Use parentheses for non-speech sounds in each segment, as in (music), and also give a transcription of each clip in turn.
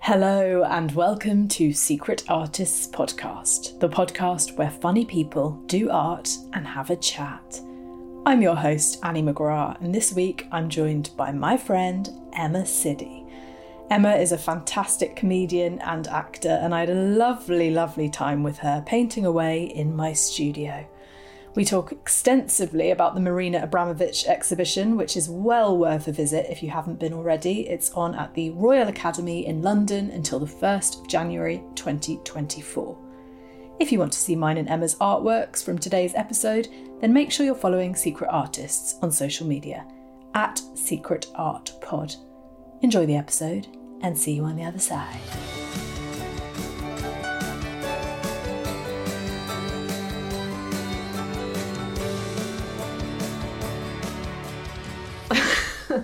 Hello and welcome to Secret Artists Podcast, the podcast where funny people do art and have a chat. I'm your host, Annie McGrath, and this week I'm joined by my friend, Emma Siddy. Emma is a fantastic comedian and actor, and I had a lovely, lovely time with her painting away in my studio. We talk extensively about the Marina Abramovich exhibition, which is well worth a visit if you haven't been already. It's on at the Royal Academy in London until the 1st of January 2024. If you want to see mine and Emma's artworks from today's episode, then make sure you're following Secret Artists on social media at Secret Art Pod. Enjoy the episode and see you on the other side.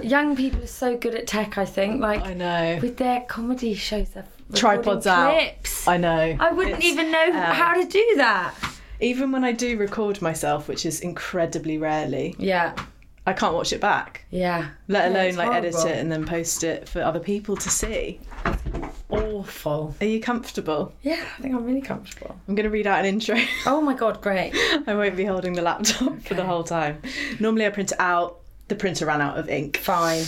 Young people are so good at tech, I think. Like I know. with their comedy shows, they're recording Tripods out. clips. I know. I wouldn't It's, even know um, how to do that. Even when I do record myself, which is incredibly rarely, Yeah, I can't watch it back, yeah. let Yeah, alone it's like edit horrible. it and then post it for other people to see. Awful. Are you comfortable? Yeah, I think I'm really comfortable. I'm going to read out an intro. (laughs) Oh my god, great. I won't be holding the laptop for the whole time. Normally, I print it out. The printer ran out of ink. (laughs) Fine.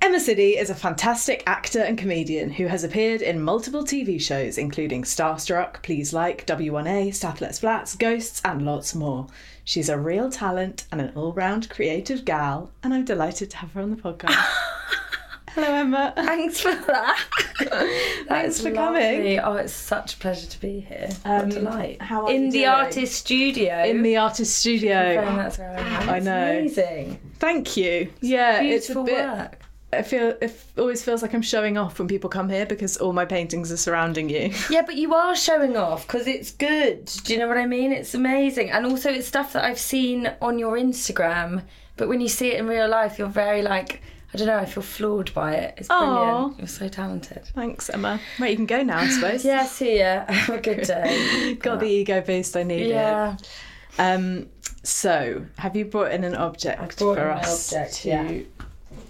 Emma Siddy is a fantastic actor and comedian who has appeared in multiple TV shows, including Starstruck, Please Like, W1A, Stafflet's Flats, Ghosts, and lots more. She's a real talent and an all round creative gal, and I'm delighted to have her on the (laughs) podcast. Hello, Emma. Thanks for that. (laughs) Thanks for coming. Lovely. Oh, it's such a pleasure to be here. Um, what a delight. how are In you the doing? artist studio. In the artist Confirm studio. that's where I am. I It's know. Amazing. Thank you. Yeah, it's a Beautiful bit. work. I feel it always feels like I'm showing off when people come here because all my paintings are surrounding you. (laughs) Yeah, but you are showing off because it's good. Do you know what I mean? It's amazing. And also, it's stuff that I've seen on your Instagram, but when you see it in real life, you're very like, I don't know, I feel floored by it. It's brilliant. Aw. You're so talented. Thanks, Emma. Right, you can go now, I (laughs) suppose. Yeah, see ya. Have a good (laughs) day. Got the ego boost I needed. Yeah. Um, so, have you brought in an object brought for in my us object, to yeah.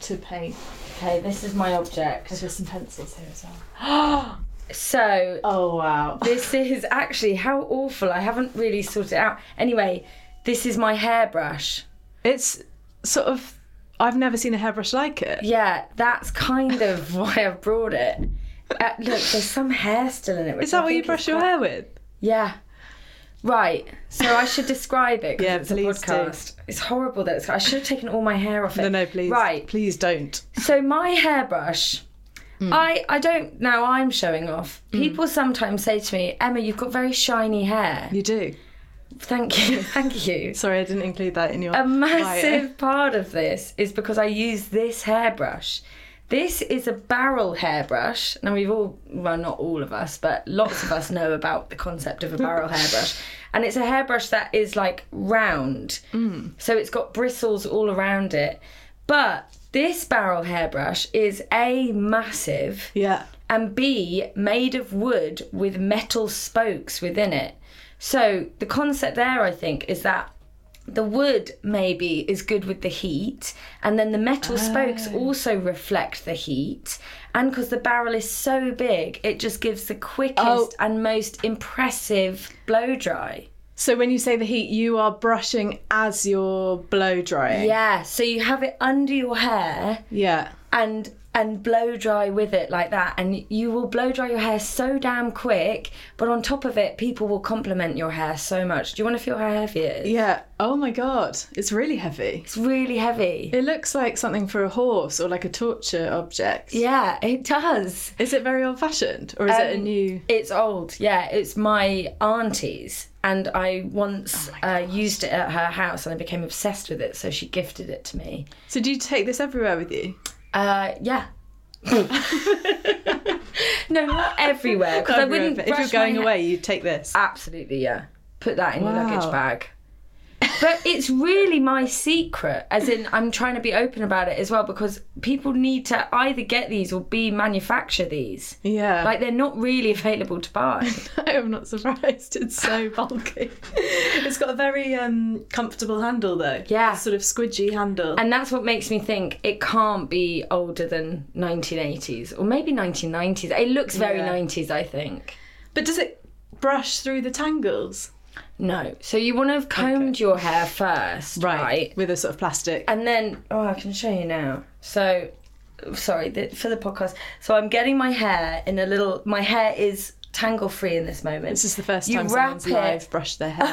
to paint? Okay, this is my object. There's some pencils here as well. So, Oh wow! this is actually how awful. I haven't really sorted it out. Anyway, this is my hairbrush. It's sort of I've never seen a hairbrush like it. Yeah, that's kind of (laughs) why I've brought it. Uh, look, there's some hair still in it. Is that what you brush your hair with? Yeah. Right. So I should describe it because Yeah, it's a please do. podcast. It's horrible that it's, I should have taken all my hair off it. No, no, please, Right. please Hmm. don't. So my hairbrush. I, I don't now I'm showing off. Hmm. People sometimes say to me, Emma, you've got very shiny hair. You do. Thank you. (laughs) Thank you. Sorry, I didn't include that in your. (laughs) A bio. massive part of this is because I use this hairbrush. This is a barrel hairbrush. Now, we've all, well, not all of us, but lots of us know about the concept of a barrel hairbrush. And it's a hairbrush that is like round. So it's got bristles all around it. But this barrel hairbrush is A, massive Yeah. and B, made of wood with metal spokes within it. So the concept there, I think, is that the wood maybe is good with the heat, and then the metal spokes also reflect the heat. And because the barrel is so big, it just gives the quickest Oh. and most impressive blow dry. So when you say the heat, you are brushing as you're blow drying. Yeah, so you have it under your hair Yeah. and and blow dry with it like that and you will blow dry your hair so damn quick but on top of it people will compliment your hair so much do you want to feel how heavy it is Yeah. Oh my god, it's really heavy. it's really heavy It looks like something for a horse or like a torture object. yeah it does Is it very old fashioned or is it a Um, new? It's old, yeah. It's my auntie's, and I once Oh uh, used it at her house, and I became obsessed with it. So she gifted it to me. So do you take this everywhere with you? Uh, (laughs) yeah. (laughs) no, not everywhere because I Everywhere, wouldn't. but if you're brush my going hair- away, you take this. absolutely, yeah. Put that in your Wow. luggage bag. But it's really my secret, as in I'm trying to be open about it as well because people need to either get these or b manufacture these. Yeah. (laughs) Like they're not really available to buy. I'm not surprised. (laughs) It's so bulky. it's got a very um, comfortable handle though. Yeah. Sort of squidgy handle. And that's what makes me think it can't be older than 1980s or maybe 1990s. It looks very Yeah. 90s, I think. but does it brush through the tangles? No. So you want to have combed your hair first, right. With a sort of plastic. And then, oh, I can show you now. So, sorry, th- for the podcast. So I'm getting my hair in a little, my hair is tangle free in this moment. This is the first You time wrap someone's live brushed their hair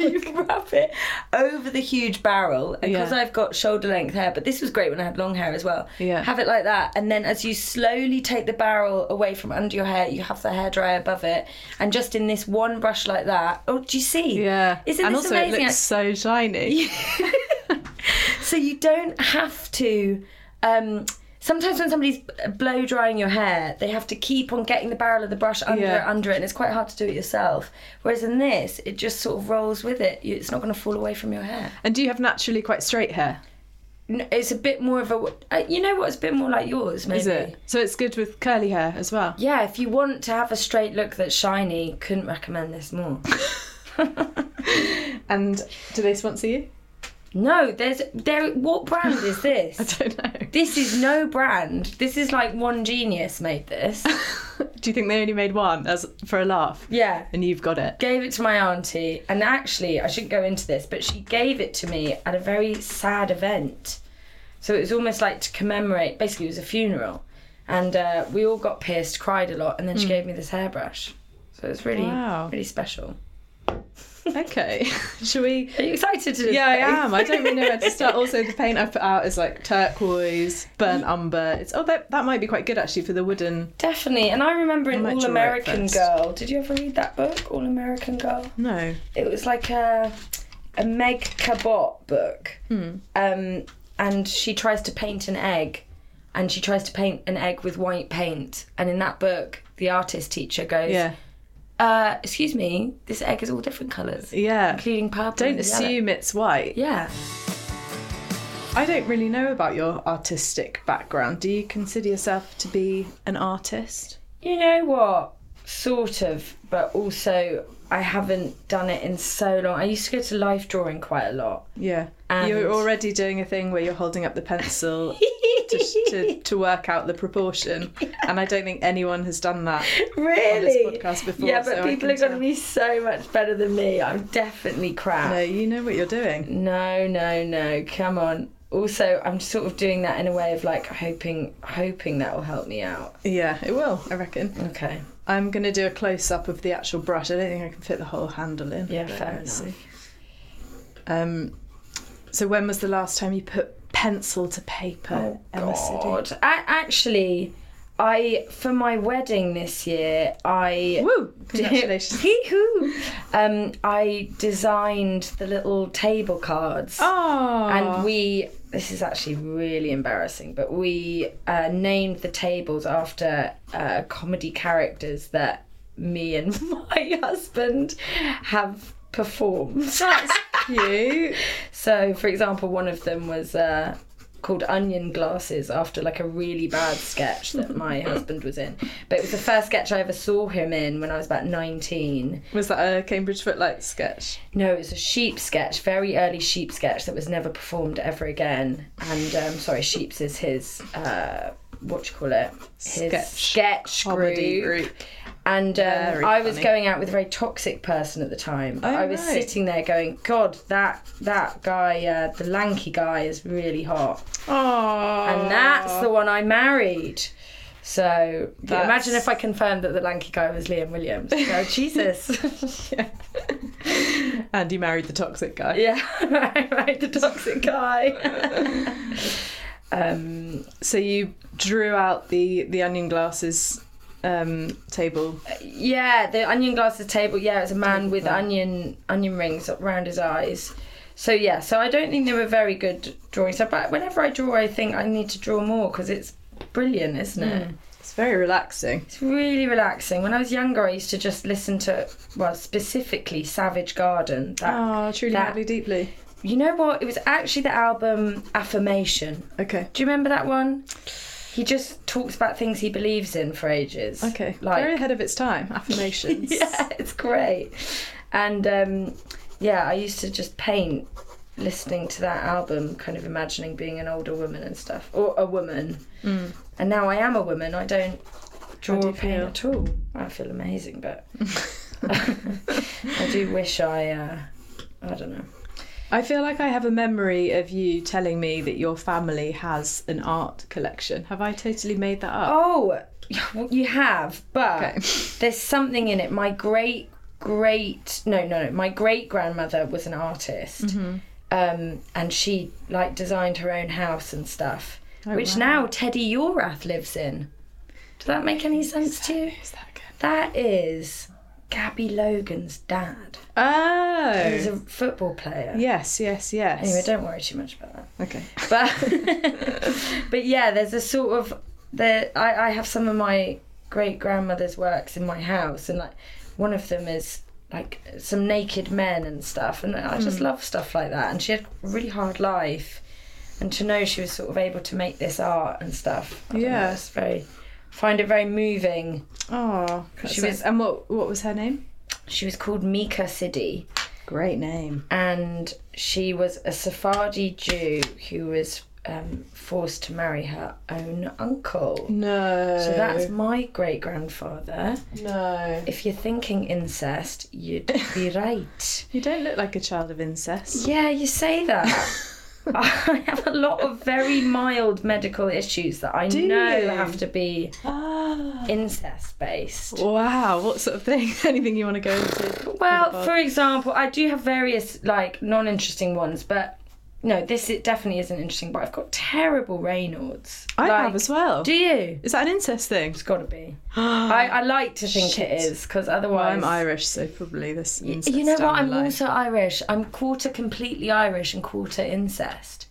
(laughs) you wrap it over the huge barrel and because Yeah. I've got shoulder length hair but this was great when I had long hair as well Yeah. have it like that and then as you slowly take the barrel away from under your hair you have the hairdryer above it and just in this one brush like that oh do you see Yeah. isn't and this also amazing it looks so shiny. so you don't have to um Sometimes when somebody's blow drying your hair, they have to keep on getting the barrel of the brush under Yeah. it, under it, and it's quite hard to do it yourself. Whereas in this, it just sort of rolls with it. You- It's not going to fall away from your hair. And do you have naturally quite straight hair? N- it's a bit more of a uh, you know what it's a bit more like yours maybe Is it? So it's good with curly hair as well. (laughs) yeah if you want to have a straight look that's shiny couldn't recommend this more (laughs) And do they sponsor you? no there's there what brand is (laughs) this Don't know. this is no brand this is like one genius made this (laughs) Do you think they only made one as for a laugh? yeah And you've got it. gave it to my auntie and actually i shouldn't go into this but she gave it to me at a very sad event so it was almost like to commemorate basically it was a funeral and uh, we all got pierced cried a lot and then she gave me this hairbrush so it's really Hmm. Wow. really special (laughs) Okay. Shall we? Are you excited to (laughs) Yeah, I am. I don't really know where to start. Also, the paint I put out is like turquoise, burnt umber. It's oh, that that might be quite good actually for the wooden. Definitely. And I remember in might All draw it American first. Girl. Did you ever read that book, All American Girl? No. It was like a a Meg Cabot book. Hmm. Um, and she tries to paint an egg, and she tries to paint an egg with white paint. And in that book, the artist teacher goes, Yeah. uh, "Excuse me, this egg is all different colours, Yeah. including purple." Don't and yellow." assume it's white. Yeah. I don't really know about your artistic background. Do you consider yourself to be an artist? You know what? Sort of, but also I haven't done it in so long. I used to go to life drawing quite a (laughs) lot. Yeah. And- You're already doing a thing where you're holding up the (laughs) pencil to, (laughs) to, to work out the proportion, and I don't think anyone has done that. Really? podcast before, yeah, but so I people can are going to tell. be so much better than me. I'm definitely crap. No, you know what you're doing. No, no, no. Come on. Also, I'm sort of doing that in a way of like hoping, hoping that will help me out. Yeah, it will, I reckon. Okay. I'm going to do a close up of the actual brush. I don't think I can fit the whole handle in. Yeah, but fair let's enough. see. Um, so when was the last time you put pencil to paper, Emma Siddy? Oh, God. A- actually, I for my wedding this year, I (laughs) Woo! Congratulations. Hee-hoo. um, I designed the little table cards. oh, And we, this is actually really embarrassing, but we uh, named the tables after uh, comedy characters that me and (laughs) my husband have performed. that's cute. (laughs) So, for example, one of them was uh, called Onion Glasses after like a really bad sketch that (laughs) my husband was in. But it was the first sketch I ever saw him in when I was about 19. Was that a Cambridge Footlights sketch? No, it was a sheep sketch, very early sheep sketch that was never performed ever again. And um, sorry, sheeps is his uh, what do you call it? His Sketch. sketch Comedy group. group. And um, Very I was funny. going out with a very toxic person at the time. Oh, I was right. sitting there going, God, that that guy, uh, the lanky guy, is really hot. Oh. And that's the one I married. So That's- imagine if I confirmed that the lanky guy was Liam (laughs) Williams. Oh, Jesus. (laughs) And you married the toxic guy. yeah, (laughs) right, right, the toxic guy. um, So you drew out the the onion glasses um, table. yeah, the onion glasses table. Yeah, it was a man with onion onion rings around his eyes. So yeah, so I don't think they were very good drawings. So, but whenever I draw, I think I need to draw more because it's brilliant, isn't it? It's very relaxing. It's really relaxing. When I was younger, I used to just listen to well, specifically Savage Garden. That, Oh, truly, that- madly, deeply. You know what? It was actually the album Affirmation. Okay. Do you remember that one? He just talks about things he believes in for ages. Okay. Like very ahead of its time. (laughs) Affirmations. (laughs) yeah, it's great. And um, yeah, I used to just paint listening to that album, kind of imagining being an older woman and stuff, or a woman. And now I am a woman. I don't draw Mm. How or do you paint feel? at all. I feel amazing, (laughs) but (laughs) I do wish I. Uh, I don't know. I feel like I have a memory of you telling me that your family has an art collection. Have I totally made that up? Oh, well, you have, but Okay. there's something in it. My great great no no no my great grandmother was an artist, Mm-hmm. um, and she like designed her own house and stuff, Oh, which now Teddy Yorath lives in. Does that make any sense to you? Is that good? That is Gabby Logan's dad. Oh. He's a football player. Yes, yes, yes. Anyway, don't worry too much about that okay. but but yeah, there's a sort of there. I, I have some of my great grandmother's works in my house, and like one of them is like some naked men and stuff, and I just love stuff like that. And she had a really hard life, and to know she was sort of able to make this art and stuff. I don't know, Yeah. it's very find it very moving. Oh, She she was- was. And what what was her name? She was called Mika Sidi. Great name. and she was a Sephardi Jew who was um, forced to marry her own uncle. No. So (laughs) that's my great grandfather. no. If you're thinking incest, you'd (laughs) be right. You don't look like a child of incest. Yeah, you say (laughs) that. I have a lot of very mild medical issues that I Do know you? have to be Ah. incest based. Wow. What sort of (laughs) thing? Anything you want to go into? Well, for example, I do have various like non-interesting ones, but no, this it definitely isn't interesting. But I've got terrible Raynaud's. I Like, have as well. Do you? Is that an incest thing? It's got to (gasps) be. I, I like to think it is because Well, otherwise I'm Irish, so probably this. Incest You know what? down the I'm line. also Irish. I'm quarter completely Irish and quarter (laughs) incest.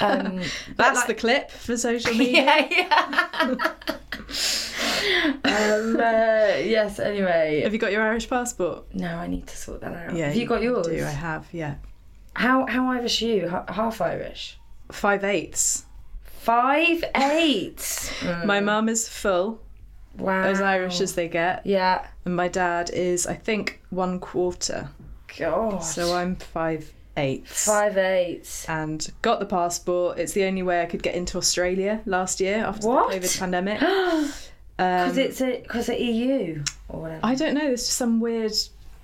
Um, but That's like- the clip for social (laughs) media. yeah, yeah. um, uh, yes. Anyway, Have you got your Irish passport? no, I need to sort that out. have you, got yours? Do I have? Yeah. How how Irish are you? H- half Irish. Five eighths. Five (laughs) eight. My mum is full, Oh. Wow. as Irish as they get. Yeah. and my dad is I think one quarter. God. So Um, I'm five eighths. five eight. And got the passport. It's the only way I could get into Australia last year after (gasps) What? the COVID pandemic. (gasps) Because Um, it's a because of EU or whatever. I don't know. There's just some weird.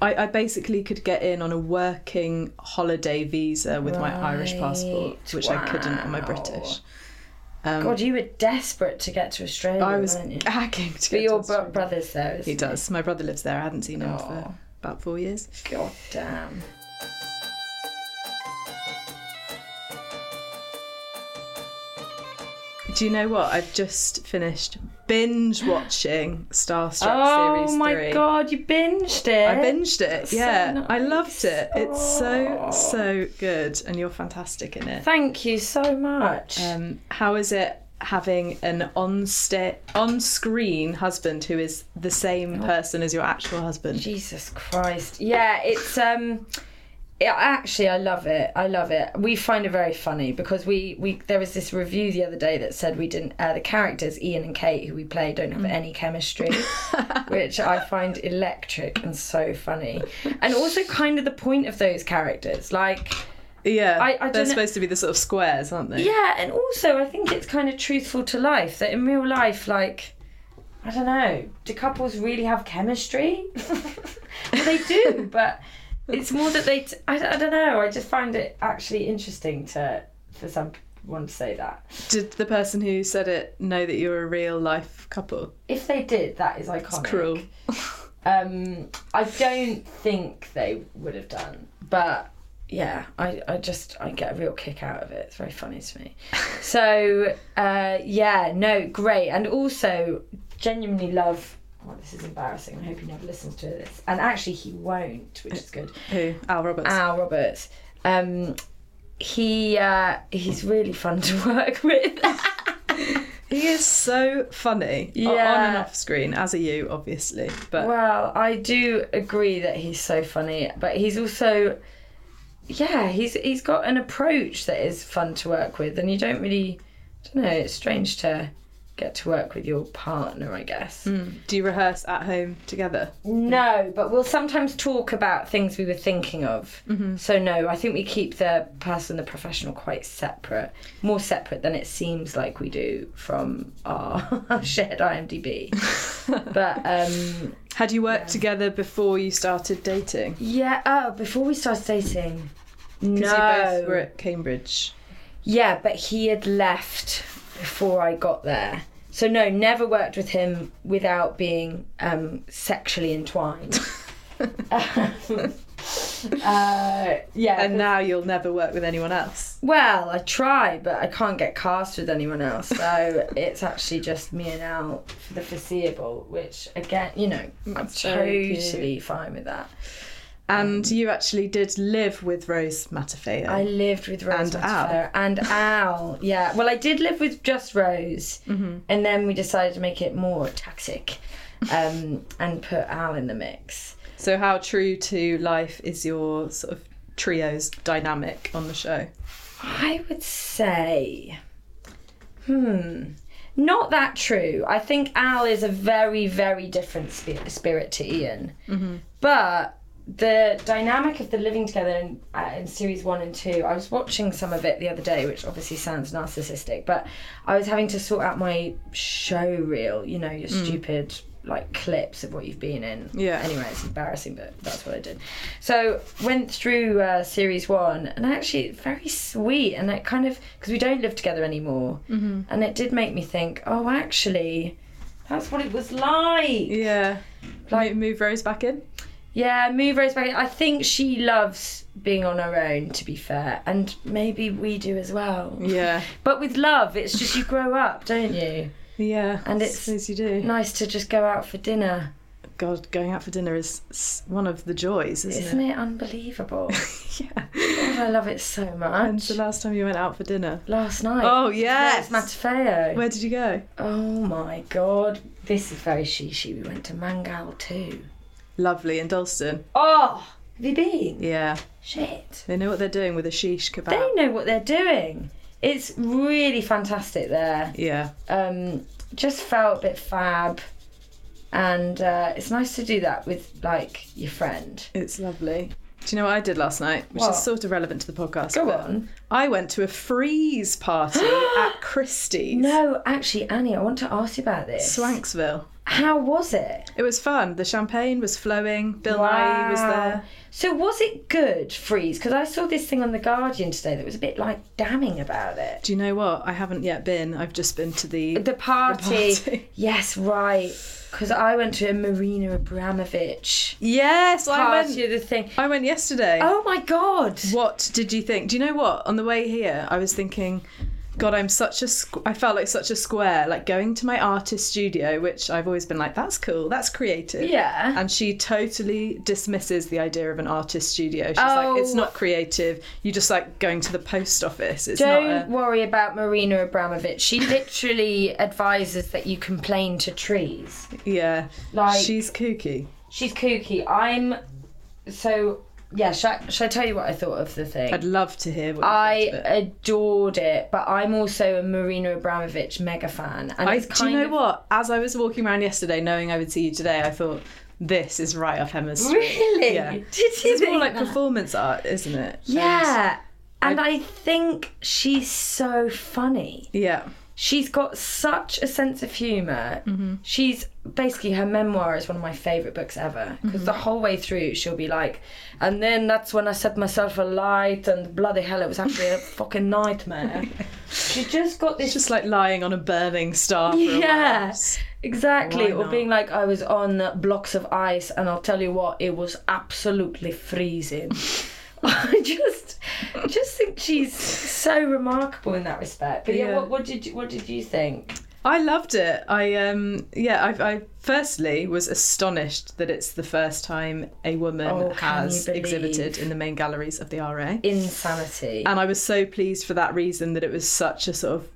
I, I basically could get in on a working holiday visa with my Irish passport, Right, which I couldn't on my wow. British. Um, God, you were desperate to get to Australia, I was weren't (laughs) you? hacking to But get your to bro- Australia. brother's there. He Isn't does. My brother lives there. I hadn't seen him Aw. for about four years. he? God damn. Do you know what? I've just finished binge watching Starstruck Oh series my three. god, you binged it. I binged it. so yeah, I loved nice. it. It's so so good, and you're fantastic in it. Thank you so much. Um, how is it having an on sta- on screen husband who is the same Oh. person as your actual husband? Jesus Christ. Yeah, it's um it, actually I love it. I love it. We find it very funny because we we there was this review the other day that said we didn't uh, the characters Ian and Kate who we play don't have Mm. any chemistry, (laughs) which I find electric and so funny. And also kind of the point of those characters like Yeah, I- I don't they're know- supposed to be the sort of squares, aren't they? yeah, and also I think it's kind of truthful to life that in real life, like, I don't know. Do couples really have chemistry? (laughs) well, they (laughs) do, but it's more that they. T- I, I don't know. I just find it actually interesting to for someone to say that. Did the person who said it know that you're a real life couple? If they did, that is iconic. It's cruel. Um, I don't think they would have done, but yeah, I, I just I get a real kick out of it. It's very funny to me. So uh, yeah, no, great, and also genuinely love. Well, this is embarrassing. I hope he never listens to this, and actually he won't, which is good. Who? Al Roberts. Al Roberts. Um, he uh, he's really fun to (laughs) work with. He is so funny. o- On Yeah. and off screen, as are you, obviously. But Well, I do agree that he's so funny, but he's also yeah, he's he's got an approach that is fun to work with and you don't really I don't know, it's strange to get to work with your partner, I guess. do you rehearse at home together? No, but we'll sometimes talk about things we were thinking of. So no, I think we keep the person, the professional, quite separate, more separate than it seems like we do from our (laughs) shared IMDb. but um, Had you worked together before you started dating? Yeah. Oh, before we started dating. No. Because you both were at Cambridge. Yeah, but he had left before I got there. So no, never worked with him without being um, sexually (laughs) entwined. Um, uh, yeah. And now you'll never work with anyone else. well, I try, but I can't get cast with anyone else. So it's actually just me and Al for the foreseeable, which again, you know, I'm very cute. totally fine with that. And you actually did live with Rose Matafeo. I lived with Rose And and Al. And Al, yeah. Well, I did live with just Rose, and then we decided to make it more toxic, um, and put Al in the mix. So how true to life is your sort of trio's dynamic on the show? I would say, hmm, not that true. I think Al is a very, very different spi- spirit to Ian. But the dynamic of the living together in, uh, in series one and two, I was watching some of it the other day, which obviously sounds narcissistic, but I was having to sort out my show reel, you know, your stupid like clips of what you've been in. Yeah. Anyway, it's embarrassing, but that's what I did. So went through uh, series one, and actually very sweet, and it kind of because we don't live together anymore, and it did make me think, oh, actually, that's what it was like. Yeah. Like move Rose back in? Yeah, move Rose back. in. I think she loves being on her own, to be fair, and maybe we do as well. Yeah. But with love, it's just you grow up, don't you? (laughs) Yeah. And I it's- suppose you do. Nice to just go out for dinner, God, going out for dinner is s- one of the joys, isn't, isn't it unbelievable? it? (laughs) God, I love it so When's much. the last time you went out for dinner? Last night. Oh, yes. Rose Matafeo. Where did you go? Oh my god, this is very shishi. We went to Mangal too. Lovely in Dalston. Oh, have you been? Yeah. Shit. They know what they're doing with a sheesh kebab. They know what they're doing. It's really fantastic there. Yeah. um, just felt a bit fab and uh, it's nice to do that with like your friend It's lovely. Do you know what I did last night? Which is What? sort of relevant to the podcast. Go but on. I went to a freeze (gasps) party at Christie's. no actually annie i want to ask you about this Swanksville. how was it It was fun. The champagne was flowing. Bill Nye was there. so was it good freeze because i saw this thing on the guardian today that was a bit like damning about it Do you know what? I haven't yet been. I've just been to the. the party, party. (laughs) yes right because i went to a marina abramovich yes, I party went. of the thing I went yesterday. oh my god What did you think? Do you know what? On the way here, I was thinking, God, I'm such a. Squ- I felt like such a square, like going to my artist studio, which I've always been like, that's cool, that's creative. Yeah. (laughs) And she totally dismisses the idea of an artist studio. She's Oh. like, it's not creative. You just like going to the post office. It's Don't not. worry about Marina Abramovich. She literally advises that you complain to trees. A, yeah. Like- she's kooky. She's kooky. I'm so yeah. Shall I, shall I tell you what I thought of the thing? I'd love to hear what. I you think of it. adored it, but I'm also a Marina Abramovich mega fan, and I, it's do kind you know of what? As I was walking around yesterday, knowing I would see you today, I thought this is right off Emma's (laughs) street. really Yeah. did you It's more think like that? performance art, isn't it? yeah. And I think she's so funny. Yeah. She's got such a sense of humor. Mm-hmm. She's basically her memoir is one of my favorite books ever because the Mm-hmm. whole way through she'll be like, and then that's when I set myself alight and bloody hell, it was actually (laughs) a fucking nightmare. She just got this It's just like lying on a burning star. For a while. (laughs) yeah, exactly. Why Or not? being like, I was on blocks of ice, and I'll tell you what, it was absolutely freezing. (laughs) I just, just think she's so remarkable in that respect. But yeah, Yeah. What, what did you, what did you think? I loved it. I um yeah, I, I firstly was astonished that it's the first time a woman Oh, can has you believe? exhibited in the main galleries of the RA. Insanity. and I was so pleased for that reason that it was such a sort of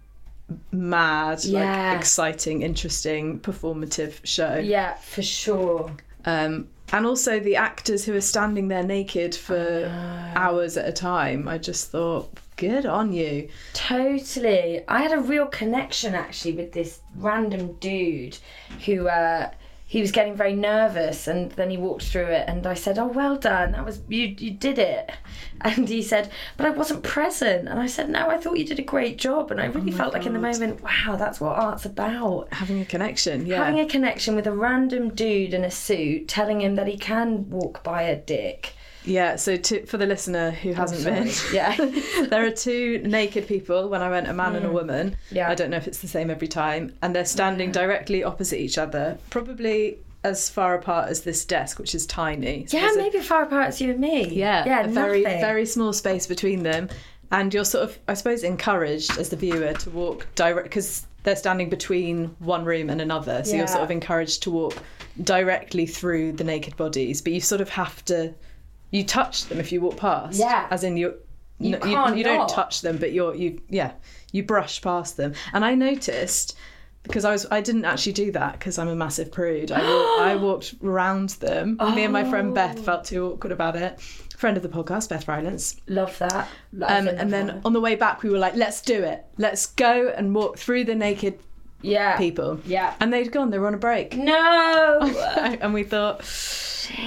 mad, Yeah. like exciting, interesting, performative show. yeah, for sure. Um and also the actors who are standing there naked for hours at a time. I just thought, good on you. Totally. I had a real connection actually with this random dude who uh he was getting very nervous and then he walked through it and I said, "Oh, well done. That was you you did it." (laughs) And he said, "But I wasn't present." And I said, "No, I thought you did a great job." And I really felt like in the moment, "Wow, that's what art's about." Having a connection, yeah. Having a connection with a random dude in a suit telling him that he can walk by a dick. Yeah, so to, for the listener who hasn't been, yeah, (laughs) there are two naked people when I went, a man and a woman. Mm. Yeah. I don't know if it's the same every time, and they're standing directly opposite each other, probably as far apart as this desk, which is tiny. So Yeah, there's a- maybe far apart it's you and me. yeah, yeah, a very nothing. very small space between them, and you're sort of, I suppose, encouraged as the viewer to walk direct because they're standing between one room and another, so Yeah. you're sort of encouraged to walk directly through the naked bodies, but you sort of have to, you touch them if you walk past, Yeah. as in you. You no, can't you, don't not. touch them, but you're you yeah you brush past them. And I noticed because I was I didn't actually do that because I'm a massive prude. I, wa- (gasps) I walked round them. Me and my friend Oh. Beth felt too awkward about it. Friend of the podcast, Beth Rylance. Love that. Um, and then on the way back, we were like, let's do it. Let's go and walk through the naked yeah, people. Oh, Yeah. (laughs) And they'd gone. They were on (laughs) a break. (laughs) No. and we thought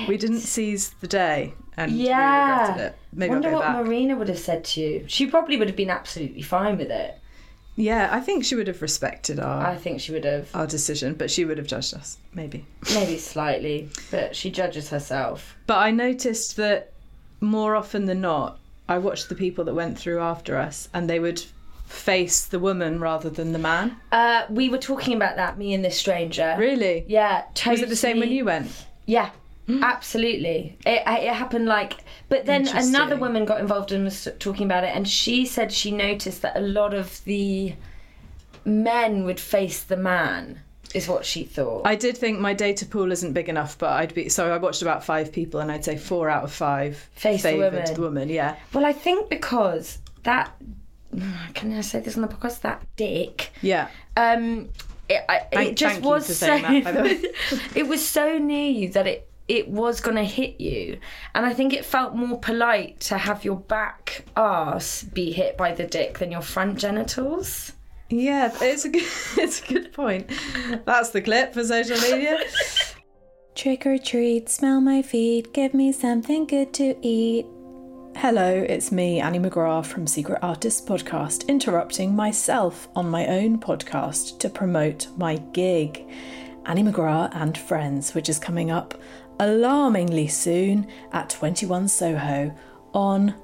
we didn't seize the day. And Yeah. we regretted it. Maybe Wonder I'll go what back. Marina would have said to you. She probably would have been absolutely fine with it. yeah, I think she would have respected our I think she would have, our decision, but she would have judged us, maybe. maybe (laughs) slightly, but she judges herself. But I noticed that more often than not, I watched the people that went through after us and they would face the woman rather than the man. Uh, we were talking about that, me and this stranger. Really? Yeah, totally. Was it the same when you went? Yeah, absolutely. It, it happened like, but then Interesting. another woman got involved and was talking about it, and she said she noticed that a lot of the men would face the man, is what she thought. I did think my data pool isn't big enough, but I'd be so I watched about five people and I'd say four out of five Face the favoured woman. yeah. Well, I think because that (sighs) can I say this on the podcast? That dick. Yeah. Um, it, I, it Thank- just thank you was for so. saying that, by the way. (laughs) it was so near you that it it was gonna hit you, and I think it felt more polite to have your back ass be hit by the dick than your front genitals. Yeah, it's a good (laughs) it's a good point. That's the clip for social (laughs) media. Trick or treat, smell my feet, give me something good to eat. Hello, it's me, Annie McGrath from Secret Artists Podcast, interrupting myself on my own podcast to promote my gig, Annie McGrath and Friends, which is coming up alarmingly soon at 21 Soho on,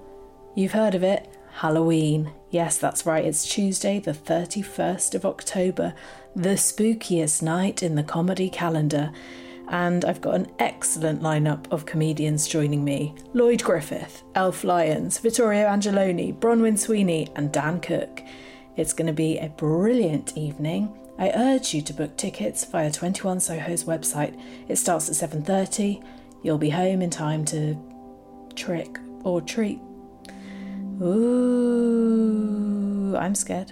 you've heard of it, Halloween. Yes, that's right, it's Tuesday, the 31st of October, the spookiest night in the comedy calendar. And I've got an excellent lineup of comedians joining me Lloyd Griffith, Elf Lyons, Vittorio Angeloni, Bronwyn Sweeney, and Dan Cook. It's going to be a brilliant evening. I urge you to book tickets via 21 Soho's website. It starts at 7:30. You'll be home in time to trick or treat. Ooh, I'm scared.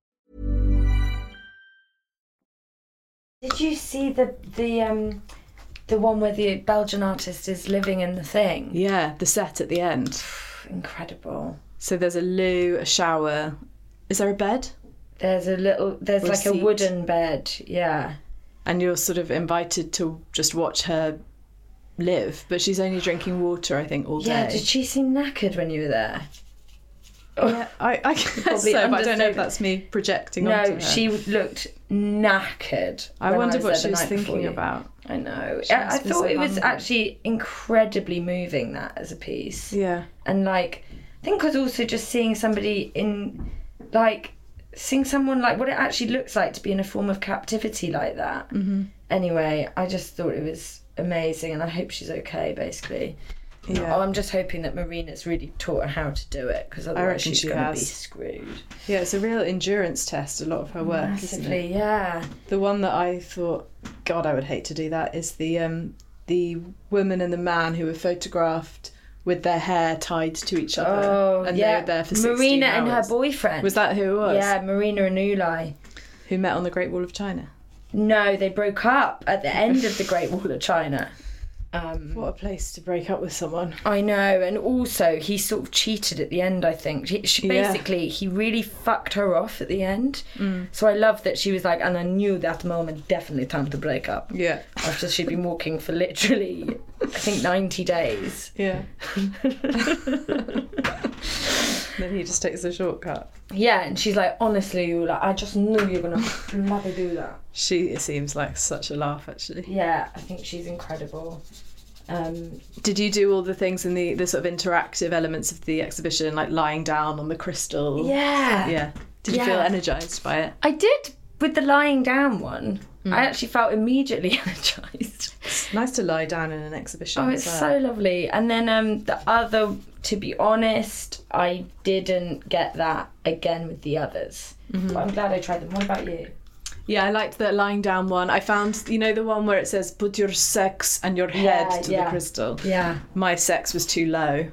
Did you see the the um the one where the Belgian artist is living in the thing? Yeah, the set at the end. Incredible. So there's a loo, a shower. Is there a bed? There's a little. There's Or a like a seat. wooden bed. Yeah. And you're sort of invited to just watch her live, but she's only drinking water, I think, all Yeah. day. Did she seem knackered when you were there? Yeah, (laughs) I, I guess Probably so, but I don't know understated. if that's me projecting onto No, her. she looked knackered. I when wonder was what there she the was night before thinking you. about. I know. She I, I must be thought so it was hungry. actually incredibly moving that as a piece. Yeah. And like, I think was also just seeing somebody in, like, seeing someone like what it actually looks like to be in a form of captivity like that. Mm-hmm. Anyway, I just thought it was amazing, and I hope she's okay. Basically. Yeah. Oh, I'm just hoping that Marina's really taught her how to do it because otherwise reckon she's she going to be has. screwed. Yeah, it's a real endurance test, a lot of her work, isn't it? Massively, yeah. The one that I thought, God, I would hate to do that, is the um, the woman and the man who were photographed with their hair tied to each other. Oh, and yeah. they were there for 16 Marina and her hours. boyfriend. Was that who it was? Yeah, Marina and Uli. Who met on the Great Wall of China. No, they broke up at the end of the Great Wall of (laughs) China. Um, What a place to break up with someone. I know, and also he sort of cheated at the end. I think she, she Yeah. basically he really fucked her off at the end. Mm. So I love that she was like, and I knew that moment definitely time to break up. Yeah. After she'd been walking for literally, I think ninety days. (laughs) Yeah. then he just takes a shortcut. Yeah, and she's like, honestly, you like, I just knew you were (laughs) gonna bloody do that. She seems like such a laugh, actually. Yeah, I think she's incredible. Um, Did you do all the things in the, the sort of interactive elements of the exhibition, like lying down on the crystal? yeah. Yeah. Did you feel Yeah. energized by it? I did with the lying down one. I actually felt immediately (laughs) energized. Nice to lie down in an exhibition. Oh, as it's well. so lovely. And then um, the other, to be honest, I didn't get that again with the others. But I'm glad I tried them. What about you? Yeah, I liked that lying down one. I found, you know, the one where it says put your sex and your head Yeah, to yeah. the crystal. Yeah. My sex was too low.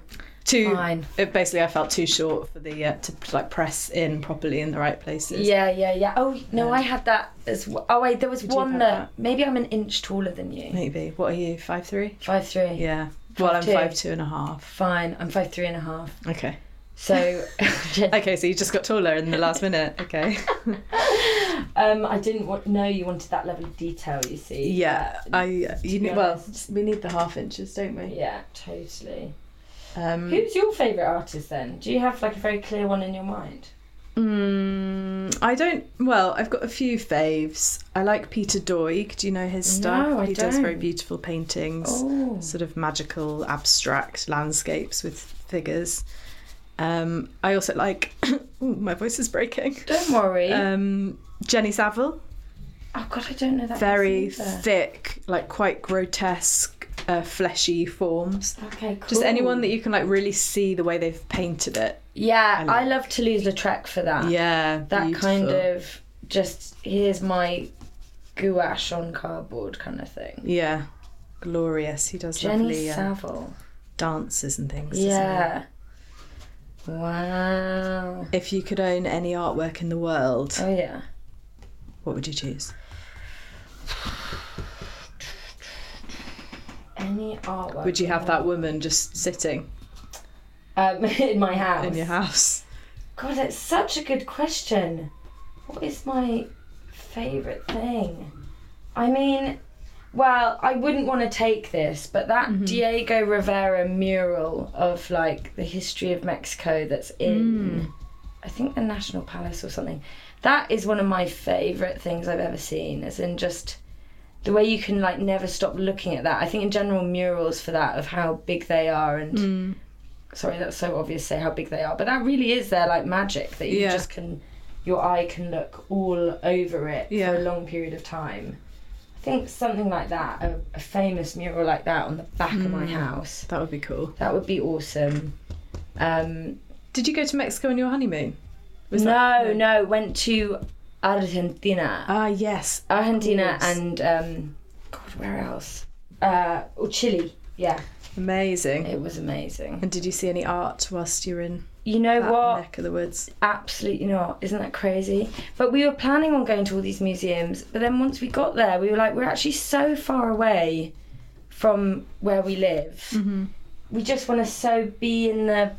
Too. Fine. It basically, I felt too short for the uh, to like press in properly in the right places. Yeah, yeah, yeah. Oh, no, I had that as well. Oh, wait, there was did one have that maybe I'm an inch taller than you. Maybe. What are you? Five three. Five three. Yeah. Well, I'm two. five two and a half. Fine, I'm five three and a half. Okay. So, (laughs) Okay, so you just got taller in the last minute. Okay. um, I didn't want, know you wanted that level of detail. You see. (laughs) Yeah. I. You be need, well, we need the half inches, don't we? Yeah, totally. Um, Who's your favourite artist then? Do you have like a very clear one in your mind? Mm, I don't. Well, I've got a few faves. I like Peter Doig. Do you know his stuff? I he does very don't. beautiful paintings, Oh. sort of magical, abstract landscapes with figures. Um, I also like. (coughs) Ooh, my voice is breaking. (laughs) Don't worry. Um, Jenny Savile, oh god, I don't know that. very person either. thick, like quite grotesque, uh, fleshy forms. Okay, cool. Just anyone that you can like really see the way they've painted it. Yeah, I love Toulouse-Lautrec for that. Yeah, that kind beautiful. of just here's my gouache on cardboard kind of thing. Yeah, glorious. He does Jenny lovely. uh, Savile. dances and things. doesn't Yeah. Wow. he? If you could own any artwork in the world, Oh yeah. what would you choose? Any artwork? Would you have that woman just sitting um, (laughs) in my house? in your house? (laughs) God, that's such a good question. What is my favourite thing? I mean, well, I wouldn't want to take this, but that Diego Rivera mural of like the history of Mexico that's in, I think, the National Palace or something, that is one of my favourite things I've ever seen. As in just the way you can like never stop looking at that. I think in general murals for that of how big they are and sorry, that's so obvious to say how big they are, but that really is their like magic that you Yeah. just can, your eye can look all over it Yeah. for a long period of time. I think something like that, a, a famous mural like that on the back of my Mm. house, That would be cool. that would be awesome. Um, Did you go to Mexico on your honeymoon? Was no, that- no, went to Argentina. Ah, yes. Argentina Of course. and um, God, where else? Uh, oh, Chile. Yeah, Amazing. it was amazing. And did you see any art whilst you were in You know that what? neck of the woods? Absolutely not. Isn't that crazy? But we were planning on going to all these museums, but then once we got there, we were like, we're actually so far away from where we live. Mm-hmm. We just want to so be in the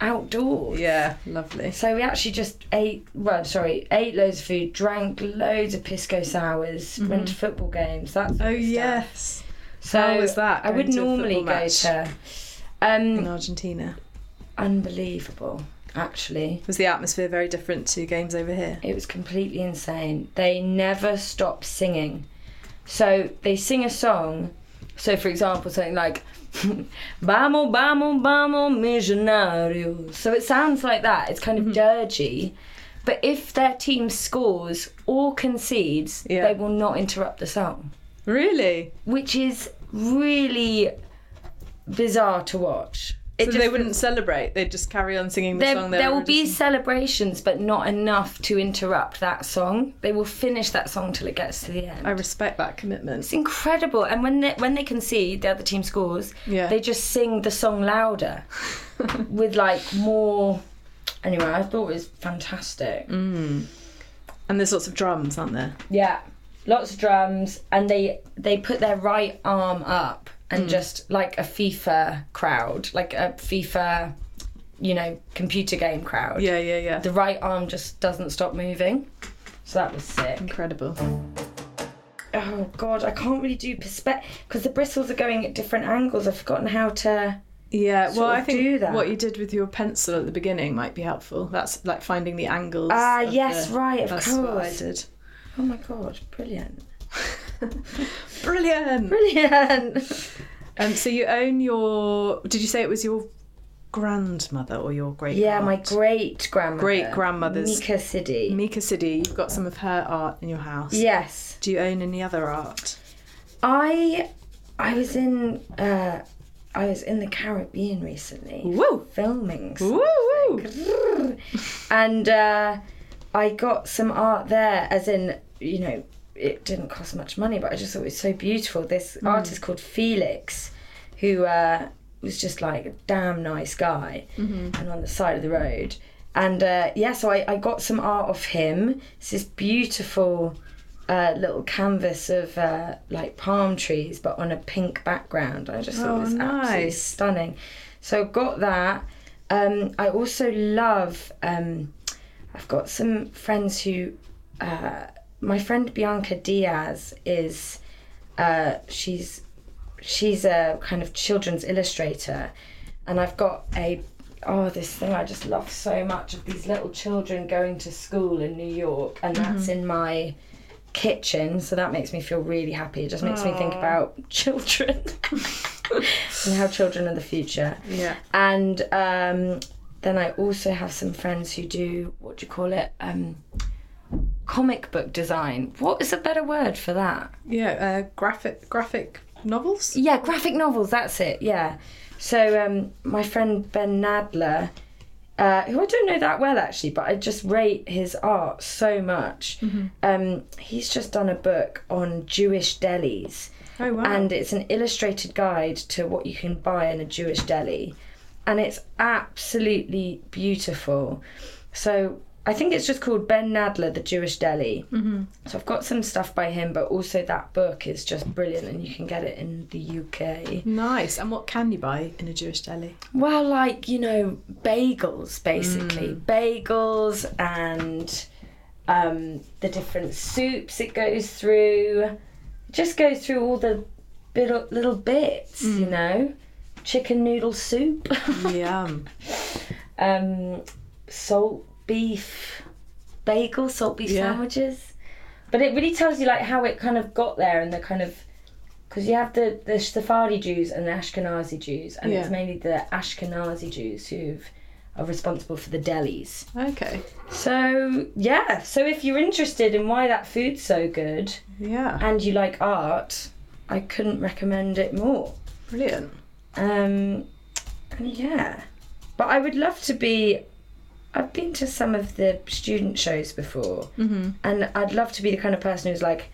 outdoors. Yeah, lovely. So we actually just ate, well, sorry, ate loads of food, drank loads of pisco sours, went to football games. That sort Mm-hmm. Oh of stuff. yes, So How was that, I would going to a normally football go match? to. in Um, Argentina. unbelievable, actually. Was the atmosphere very different to games over here? It was completely insane. They never stop singing. So they sing a song. So, for example, something like (laughs) "Vamos, vamos, vamos, millonarios." So it sounds like that. It's kind Mm-hmm. of dirgy. But if their team scores or concedes, Yeah. they will not interrupt the song. Really? which is really bizarre to watch. It so just they feels- wouldn't celebrate. They'd just carry on singing the There, song. they there were will be just- celebrations, but not enough to interrupt that song. They will finish that song till it gets to the end. I respect that commitment. it's incredible. And when they, when they concede, the other team scores. Yeah. They just sing the song (laughs) louder, with like more. Anyway, I thought it was fantastic. Mm. And there's lots of drums, aren't there? Yeah, lots of drums, and they they put their right arm up Mm. and just like a FIFA crowd, like a FIFA, you know, computer game crowd. Yeah, yeah, yeah. the right arm just doesn't stop moving, so that was sick. Incredible. Oh god, I can't really do perspective because the bristles are going at different angles. I've forgotten how to. Yeah, well, sort I of think do that. what you did with your pencil at the beginning might be helpful. That's like finding the angles. Ah, of yes, the- right, of that's course. what I did. Oh my god, brilliant, Brilliant. brilliant. Um, so you own your? Did you say it was your grandmother or your great? yeah, my great grandmother, Great-grandmother's- Mika Siddy. Mika Siddy. You've got some of her art in your house. yes. Do you own any other art? I I was in uh, I was in the Caribbean recently Woo! filming, Woo! Woo! and uh, I got some art there. As in, you know, it didn't cost much money, but I just thought it was so beautiful. This artist called Felix, who uh, was just like a damn nice guy, and on the side of the road. And uh, yeah, so I, I got some art of him. It's this beautiful uh, little canvas of uh, like palm trees, but on a pink background. I just thought it was absolutely nice. stunning. So I've got that. Um, I also love. Um, I've got some friends who. Uh, my friend Bianca Diaz is. Uh, she's she's a kind of children's illustrator, and I've got a oh this thing I just love so much of these little children going to school in New York, and that's in my kitchen, so that makes me feel really happy. It just makes me think about (laughs) children and how children are the future. Yeah. And um, then I also have some friends who do what do you call it? Um, comic book design. What is a better word for that? Yeah. Uh, graphic graphic novels. Yeah, graphic novels. That's it. Yeah. So um, my friend Ben Nadler, uh, who I don't know that well actually, but I just rate his art so much. Mm-hmm. Um, he's just done a book on Jewish delis. Oh wow. And it's an illustrated guide to what you can buy in a Jewish deli. And it's absolutely beautiful. So I think it's just called Ben Nadler, The Jewish Deli. Mm-hmm. So I've got some stuff by him, but also that book is just brilliant and you can get it in the UK. nice. And what can you buy in a Jewish (laughs) deli? Well, like, you know, bagels, basically. Bagels and um, the different soups it goes through. It just goes through all the little, little bits, you know. Chicken noodle soup, (laughs) Yum. um, salt beef bagel, salt beef Yeah. sandwiches. But it really tells you, like, how it kind of got there and the kind of because you have the, the Sephardi Jews and the Ashkenazi Jews, and it's Yeah. mainly the Ashkenazi Jews who are responsible for the delis. Okay. So, yeah, so if you're interested in why that food's so good Yeah. and you like art, I couldn't recommend it more. Brilliant. Um, and yeah, but I would love to be. I've been to some of the student shows before, Mm-hmm. and I'd love to be the kind of person who's like,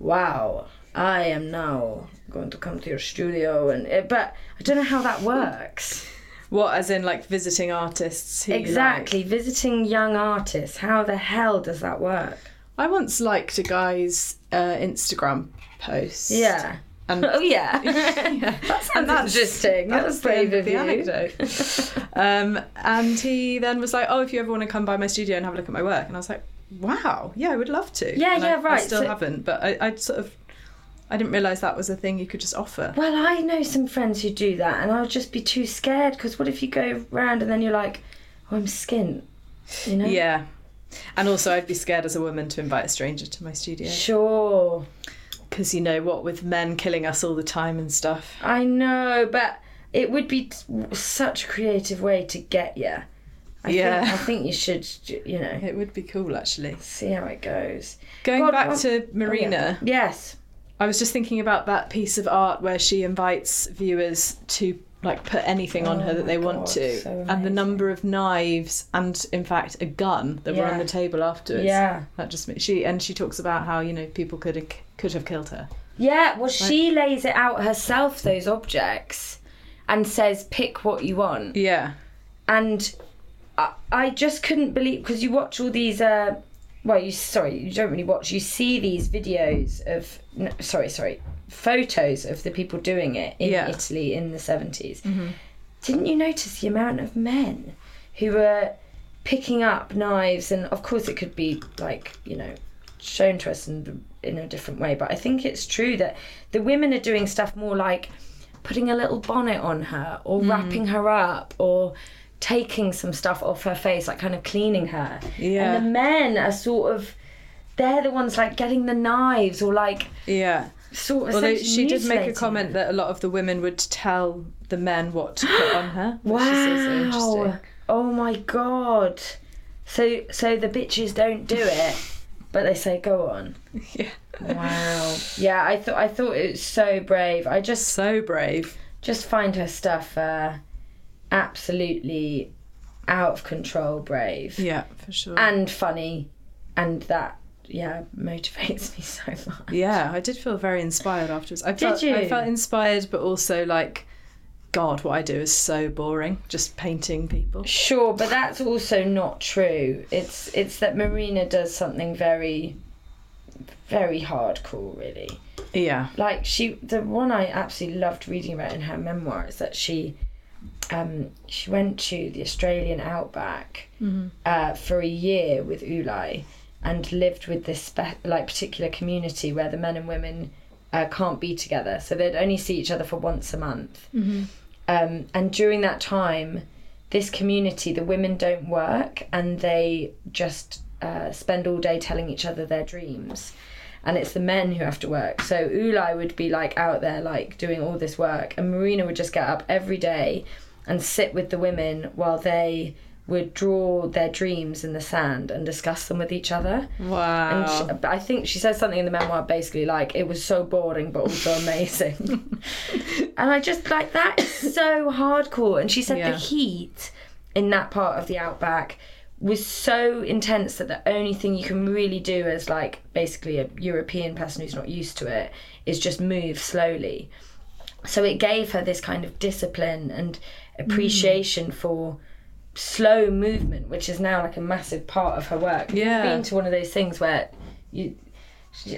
"Wow, I am now going to come to your studio," and eh, but I don't know how that works What, as in like visiting artists? Who you (laughs) like? exactly. Visiting young artists, how the hell does that work? I once liked a guy's uh, Instagram post. Yeah. (laughs) And- oh (laughs) yeah. (laughs) That sounds interesting. That was That's the brave end of of the you. (laughs) anecdote. um, and he then was like, "Oh, if you ever want to come by my studio and have a look at my work," and I was like, "Wow, yeah, I would love to." Yeah, And I- yeah, I right, still so- haven't, but I, I sort of, I didn't realise that was a thing you could just offer. Well, I know some friends who do that, and I'll just be too scared because what if you go round and then you're like, oh, I'm skint, you know? Yeah. And also, I'd be scared as a woman to invite a stranger to my studio Sure. because you know what, with men killing us all the time and stuff. I know, but it would be t- such a creative way to get you. I Yeah. Think, I think you should, you know, It would be cool, actually. see how it goes. Going God, back oh, to Marina. Oh, yeah. Yes. I was just thinking about that piece of art where she invites viewers to like put anything on her that they want Oh God, to, so and the amazing. number of knives and in fact a gun that were Yeah. on the table afterwards. Yeah. that just ma- she and she talks about how you know people could have, could have killed her. Yeah, well, she lays it out herself, those objects, and says, pick what you want. Yeah, and I, I just couldn't believe because you watch all these. Uh, well, you sorry, you don't really watch. You see these videos of no, sorry, sorry, photos of the people doing it in Yeah. Italy in the 70s Didn't you notice the amount of men who were picking up knives and of course it could be like you know shown to us in, in a different way but i think it's true that the women are doing stuff more like putting a little bonnet on her or Mm. wrapping her up or taking some stuff off her face like kind of cleaning her Yeah. and the men are sort of they're the ones like getting the knives or like yeah. sort of Although essentially she did make a mutilating comment them. that a lot of the women would tell the men what to put on her. Which is (gasps) also Wow. interesting. Oh my god. So so the bitches don't do it, but they say go on. (laughs) Yeah. Wow. Yeah, I thought I thought it was so brave. I just So brave. just find her stuff uh, absolutely out of control brave Yeah, for sure. and funny and that yeah motivates me (laughs) so much. Yeah, I did feel very inspired afterwards. I did felt, you? I felt inspired, but also like, God, what I do is so boring. Just painting people. Sure, but that's also not true. It's it's that Marina does something very very hardcore really. Yeah, like she the one I absolutely loved reading about in her memoir is that she um she went to the Australian outback uh, for a year with Ulai and lived with this spe- like particular community where the men and women uh, can't be together so they'd only see each other for once a month um, and during that time this community the women don't work and they just uh, spend all day telling each other their dreams and it's the men who have to work so ulai would be like out there like doing all this work and marina would just get up every day and sit with the women while they would draw their dreams in the sand and discuss them with each other Wow. and she, but i think she says something in the memoir basically like it was so boring but also amazing (laughs) and I just like that is so hardcore. And she said the Yeah. heat in that part of the outback was so intense that the only thing you can really do as like basically a European person who's not used to it is just move slowly. So it gave her this kind of discipline and appreciation for slow movement, which is now like a massive part of her work. Yeah. I've been to one of those things where you.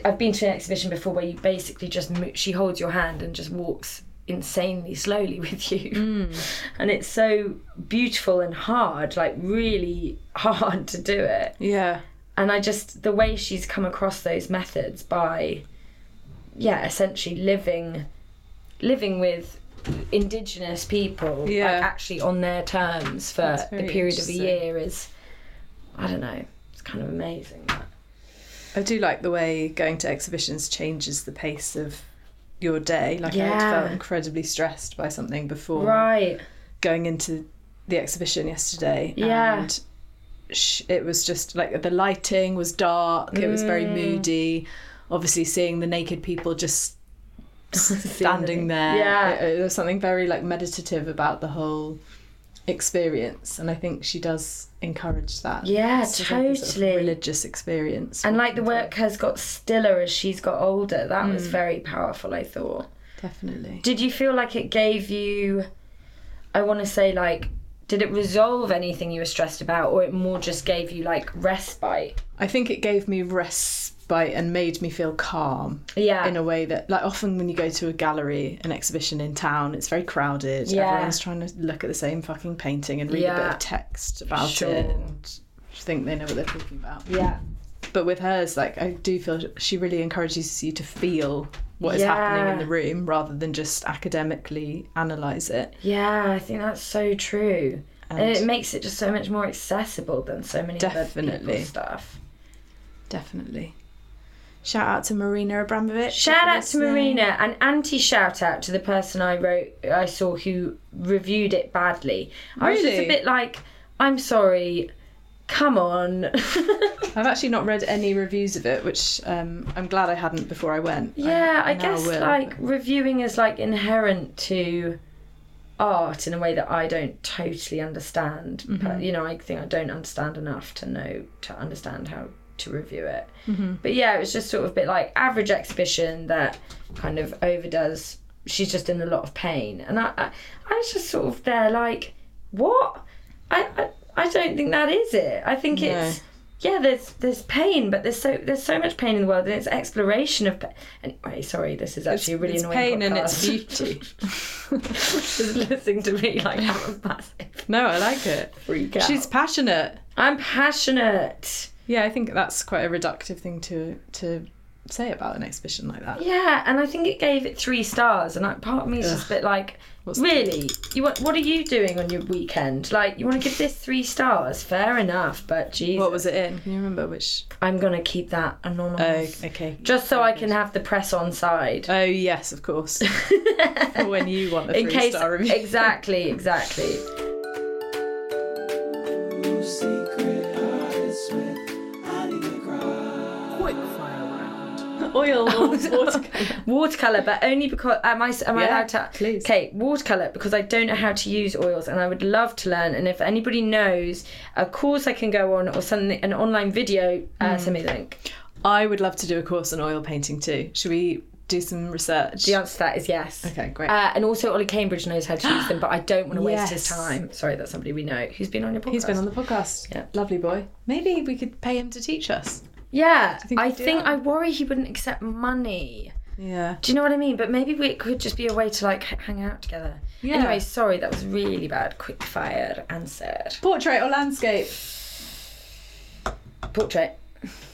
I've been to an exhibition before where you basically just mo- she holds your hand and just walks insanely slowly (laughs) with you, and it's so beautiful and hard, like really (laughs) hard to do it. yeah, And I just the way she's come across those methods by, yeah, essentially living, living with indigenous people, Yeah. like actually on their terms for That's the very period of a interesting. year is, I don't know, it's kind of amazing. I do like the way going to exhibitions changes the pace of your day. Like I had Yeah. felt incredibly stressed by something before Right. going into the exhibition yesterday. Yeah. And sh- it was just like the lighting was dark. It was Mm. very moody. Obviously, seeing the naked (laughs) people just standing there. Yeah. It, it was something very like meditative about the whole experience, and I think she does encourage that. Yeah, It's like a sort of totally. religious experience. And like the work has got stiller as she's got older. That Mm. was very powerful, I thought. definitely. Did you feel like it gave you, I want to say, like, did it resolve anything you were stressed about, or it more just gave you like respite? I think it gave me respite and made me feel calm. Yeah. in a way that like often when you go to a gallery an exhibition in town it's very crowded Yeah. everyone's trying to look at the same fucking painting and read a bit Yeah. of text about Sure. it and think they know what they're talking about yeah. but with hers like i do feel she really encourages you to feel what is Yeah. happening in the room rather than just academically analyze it Yeah, I think that's so true. And, And- it makes it just so much more accessible than so many other Definitely. people's stuff. definitely shout out to marina abramovich Shout out to Marina, an anti shout out to the person I wrote, I saw who reviewed it badly. I was just Really? a bit like, I'm sorry, come on. (laughs) i've actually not read any reviews of it which um, i'm glad i hadn't before i went yeah, I now guess will. like reviewing is like inherent to art in a way that I don't totally understand. Mm-hmm. But, you know, I think I don't understand enough to know to understand how to review it. Mm-hmm. But yeah, it was just sort of a bit like average exhibition that kind of overdoes. She's just in a lot of pain, and I, I, I was just sort of there like, what? I, I, I don't think that is it. I think it's yeah. There's there's pain, but there's so there's so much pain in the world, and it's exploration of. pa- Anyway, sorry, this is actually a really it's annoying pain and it's podcast. (laughs) beauty just listening to me like I'm a massive (laughs) No, I like it. freak out. She's passionate. I'm passionate. Yeah, I think that's quite a reductive thing to to say about an exhibition like that. Yeah, and I think it gave it three stars, and like part of me is just a bit like, really, you want? What are you doing on your weekend? Like, you want to give this three stars? Fair enough, but Jesus, What was it in? Can you remember which? Oh. I'm gonna keep that anonymous, okay. just so I can have the press on side. Oh yes, (laughs) of course. For when you want a in case, three-star review. exactly, exactly. Oil (laughs) or watercolour. watercolor, but only because am I am I Yeah, allowed to? please. Okay, watercolor because I don't know how to use oils, and I would love to learn. And if anybody knows a course I can go on or something, an online video, uh, Hmm. send me the link. I would love to do a course on oil painting too. Should we do some research? The answer to that is yes. Okay, great. Uh, and also, Ollie Cambridge knows how to use them, but I don't want to waste his (gasps) Yes. time. Sorry, that's somebody we know who's been on your podcast. He's been on the podcast. Yeah. Lovely boy. Maybe we could pay him to teach us. Yeah, think I he'd do think that? I worry he wouldn't accept money. Yeah. Do you know what I mean? But maybe we, it could just be a way to like h- hang out together. Yeah. Anyway, sorry, that was really bad. Quick fire answer. Portrait or landscape? Portrait.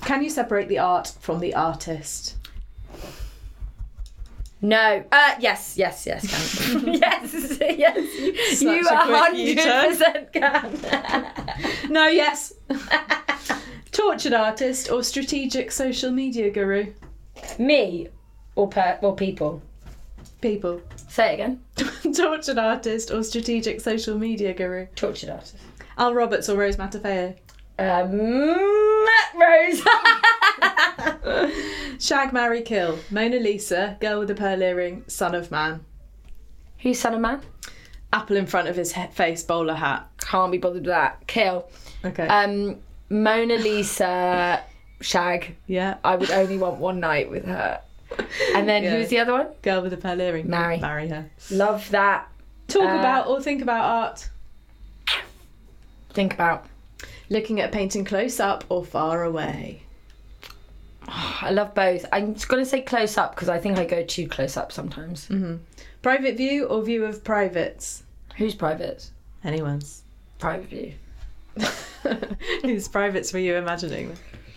Can you separate the art from the artist? No. Uh, yes, yes, yes, (laughs) can. (laughs) yes, yes. Such you a a quick you turn. 100% can. No, yes. Tortured artist or strategic social media guru? (laughs) Me or per or people. People. (laughs) Say it again. Tortured artist or strategic social media guru? Tortured artist. Al Roberts or Rose Matafeo? Um, Rose. (laughs) Shag, marry, kill. Mona Lisa, girl with a pearl earring, son of man. Who's son of man? Apple in front of his he- face, bowler hat. Can't be bothered with that. Kill. Okay. Um, Mona Lisa. Shag. yeah. I would only want one night with her. And then Yeah. who's the other one? Girl with a pearl earring. Marry. Marry her. Love that. Talk about or think about art. Think about. Looking at a painting close up or far away. I love both. I'm just gonna say close up because I think I go too close up sometimes. Private view or view of privates? Who's private? (laughs) Anyone's. Private (laughs) view. Whose privates were you imagining?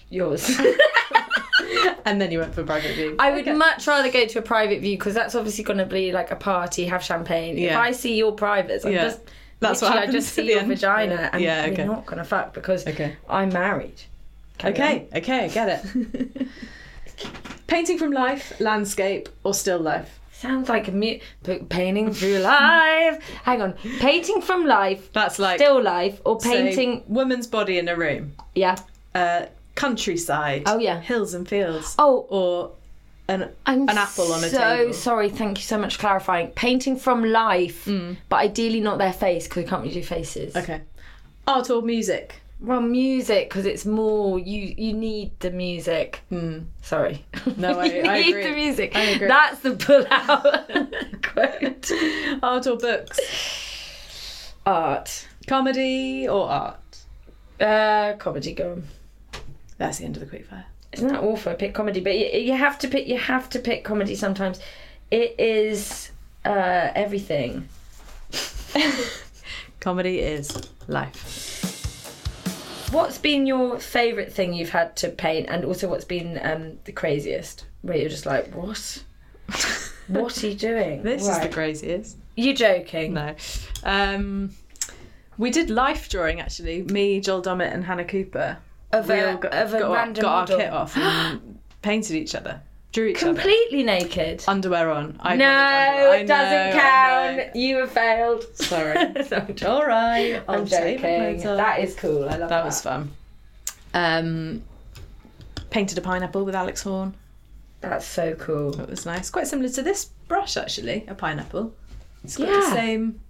Yours. And then you went for private view. I would much rather go to a private view because that's obviously going to be like a party, have champagne. If Yeah. I see your privates, I'm Yeah. just. That's what literally, I happens just at see the your end. vagina Yeah. and Yeah, okay. we're not going to fuck because Okay. I'm married. Carry Okay, (laughs) okay, I get it. Painting from life, landscape, or still life? Sounds like a mu- p- painting through life. Hang on, painting from life. That's like- still life or So, painting. woman's body in a room. yeah, Uh, countryside. Oh, yeah. Hills and fields. Oh. Or an I'm an apple on a so table. sorry. Thank you so much for clarifying. Painting from life, but ideally not their face because we can't really do faces. Mm. Okay. Art or music. Well, music because it's more you. You need the music. Sorry. Hmm. No, (laughs) I- you I need agree. the music. I agree. That's the pull out (laughs) quote. Oh, Art or books. Art, Comedy or art. uh, comedy. Go on. That's the end of the quickfire. Isn't that awful? I pick comedy, but you, you have to pick. You have to pick comedy sometimes. It is uh, everything. Comedy is life. What's been your favourite thing you've had to paint, and also what's been um, the craziest? Where you're just like, (laughs) what? what are you doing? This is Right. the craziest. You're joking. No. Um, we did life drawing actually. Me, Joel Dommett, and Hannah Cooper. Of we a, all got, of a got, random got model. our kit off and (gasps) painted each other, drew each other. Completely naked. Underwear on. I no, wanted it underwear. I doesn't know, I know. count. You have failed. (laughs) Sorry. So I'm joking. All right. I'm I'll take my joking. clothes off. That is cool. I love that. That was fun. Um, painted a pineapple with Alex Horn. That's so cool. That was nice. Quite similar to this brush actually. A pineapple. It's got Yeah. the same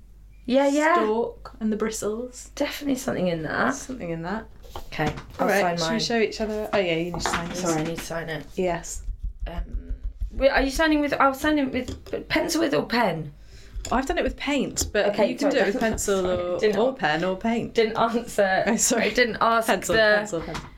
Yeah, yeah. stalk and the bristles. Definitely something in that. Something in that. Okay, I'll All sign right. Should we mine. show each other? Oh yeah, you need to sign this. Sorry, I need to sign it. Yes. Um, wait, are you signing with? I'll sign it with pencil with or pen. I've done it with paint, but Okay, you (laughs) can sorry, do it with that's- pencil sorry, or, didn't- or pen or paint. Didn't answer. (laughs) Oh, sorry. I didn't ask Pencil, the. pencil, pencil.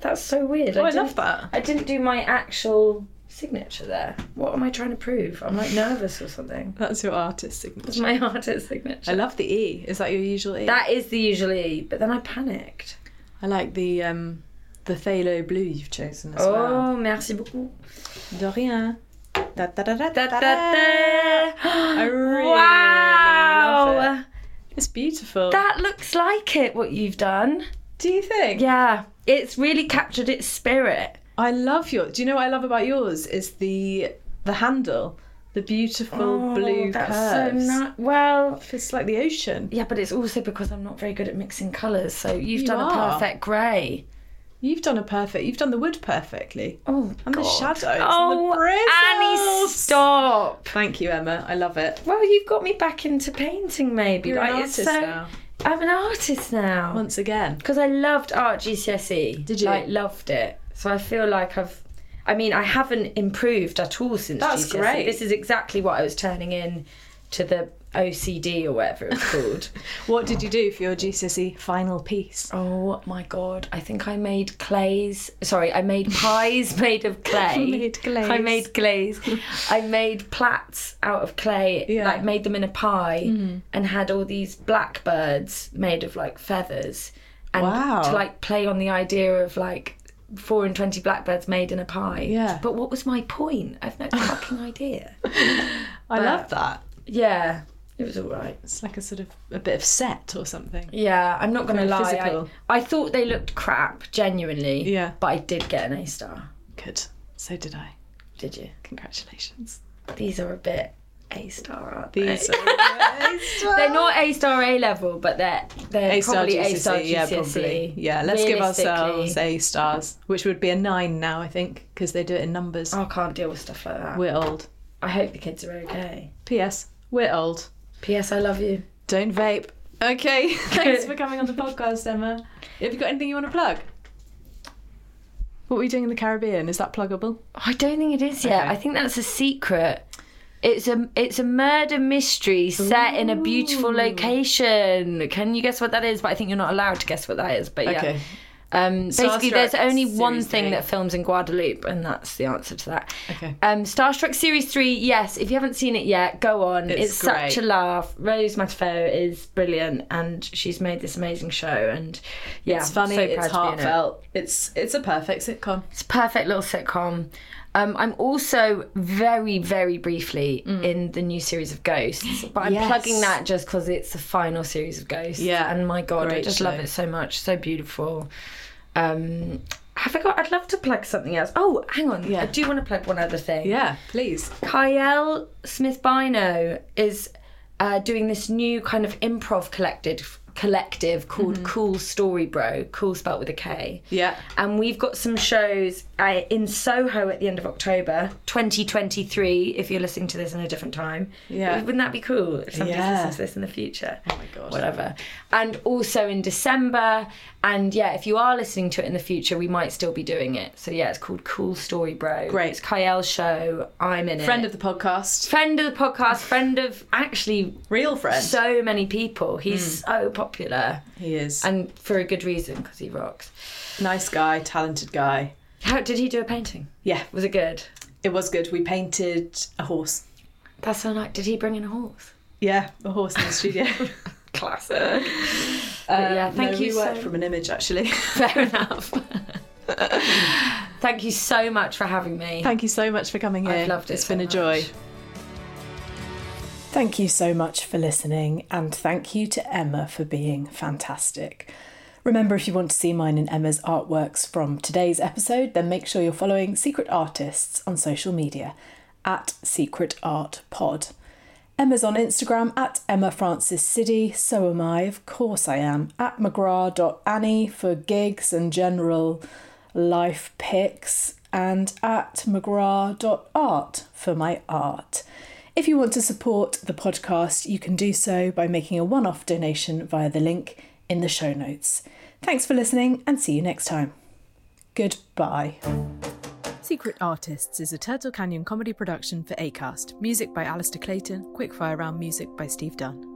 That's so weird. Oh, I didn't- love that. I didn't do my actual signature there. What am I trying to prove? I'm like nervous or something. That's your artist It's signature. my artist signature. I love the E. Is that your usual E? That is the usually, but then I panicked. I like the um the phthalo blue you've chosen as oh, well. merci beaucoup. De rien. Da, da, da, da, Da, da, da, da. da. (gasps) I really wow. love it. It's beautiful. That looks like it, what you've done. do you think? Yeah, it's really captured its spirit. I love your. Do you know what I love about yours is the the handle, the beautiful blue Oh, that's curves. so nice. Well, It's like the ocean. yeah, but it's also because I'm not very good at mixing colours, so you've You done are. a perfect grey. You've done a perfect. You've done the wood perfectly. Oh, And the God. shadows and the Oh, Annie, bristles. stop. Thank you, Emma. I love it. Well, you've got me back into painting, maybe. You're like, an it's artist so- now. I'm an artist now. Once again. Because I loved art GCSE. Did you? E. Like, loved it. So I feel like I've. I mean, I haven't improved at all since That's GCSE. great. E. This is exactly what I was turning in to the OCD or whatever (laughs) it's called. What did you do for your GCSE E final piece? Oh my god! I think I made clays. Sorry, I made pies (laughs) made of clay. (laughs) Made glaze. I made glaze. I made plats out of clay. Yeah. Mm-hmm. Like made them in a pie and had all these blackbirds made of like feathers. And Wow. to like play on the idea of like four and twenty blackbirds made in a pie. Yeah. But what was my point? I've (laughs) no fucking idea. I love that. Yeah. It was alright. It's like a sort of a bit of set or something. Yeah, I'm not gonna Very lie. I, physical. I thought they looked crap, genuinely. Yeah. But I did get an A star. Good. So did I. Did you? Congratulations. These are a bit A star, aren't they? These are They're not A star A level, but they're they're A-star probably A GCSE, star GCSE. E. Yeah, probably. Yeah, let's give ourselves A stars, which would be a nine now, I think, because they do it in numbers. I can't deal with stuff like that. We're old. I hope the kids are okay. P.S. We're old. P.S. I love you. Don't vape. Okay. (laughs) Thanks for coming on the podcast, Emma. Have you got anything you want to plug? What were you doing in the Caribbean? Is that pluggable? I don't think it is yet. Okay. I think that's a secret. It's a it's a murder mystery set in a beautiful location. Can you guess what that is? But I think you're not allowed to guess what that is. But yeah. Okay. Um, basically, Starstruck there's only one Series thing three. that films in Guadeloupe, and that's the answer to that. Okay. Um, Star Trek Series 3, yes, if you haven't seen it yet, go on. It's, It's such a great. laugh. Rose Matafeo is brilliant, and she's made this amazing show. And yeah, It's funny, so proud it's to be in it. heartfelt. It's it's a perfect sitcom. It's a perfect little sitcom. Um, I'm also very, very briefly in the new series of Ghosts, but I'm Mm. Yes. plugging that just because it's the final series of Ghosts. Yeah. and my god, I Great just show. love it so much. So beautiful. Um, I forgot. I'd love to plug something else. Oh, hang on. Yeah. I do want to plug one other thing. Yeah, please. Kyle Smith Bino is uh, doing this new kind of improv collective collective called Cool Story Bro, cool spelt with a K. Mm-hmm. Yeah. And we've got some shows uh, in Soho at the end of October 2023 if you're listening to this in a different time. Yeah. Wouldn't that be cool if somebody Yeah. listens to this in the future? Oh my god. Whatever. And also in December and yeah, if you are listening to it in the future, we might still be doing it. So yeah, it's called Cool Story Bro. Great. It's Kyle's show. I'm in it Friend of the podcast. friend of the podcast, friend of actually Real friend. Hmm. so many people. He's so popular he is. And and for a good reason because he rocks. nice guy, talented guy. How did he do a painting? Yeah, Was it good? it was good. We painted a horse. That's so nice. Did he bring in a horse? Yeah, a horse in the (laughs) studio. Classic. (laughs) But yeah, thank Um, No, you. We worked So, from an image, actually. (laughs) fair enough. (laughs) thank you so much for having me. (laughs) Thank you so much for coming here. I've loved it It's so been a much. joy. Thank you so much for listening, and thank you to Emma for being fantastic. Remember, if you want to see mine and Emma's artworks from today's episode, then make sure you're following Secret Artists on social media at Secret Art Pod. Emma's on Instagram at Emma Francis Siddy, so am I, of course I am, at McGrath.Annie for gigs and general life pics, and at McGrath.art for my art. If you want to support the podcast, you can do so by making a one off donation via the link in the show notes. Thanks for listening and see you next time. Goodbye. Secret Artists is a Turtle Canyon comedy production for ACAST. Music by Alistair Clayton, Quickfire Round music by Steve Dunn.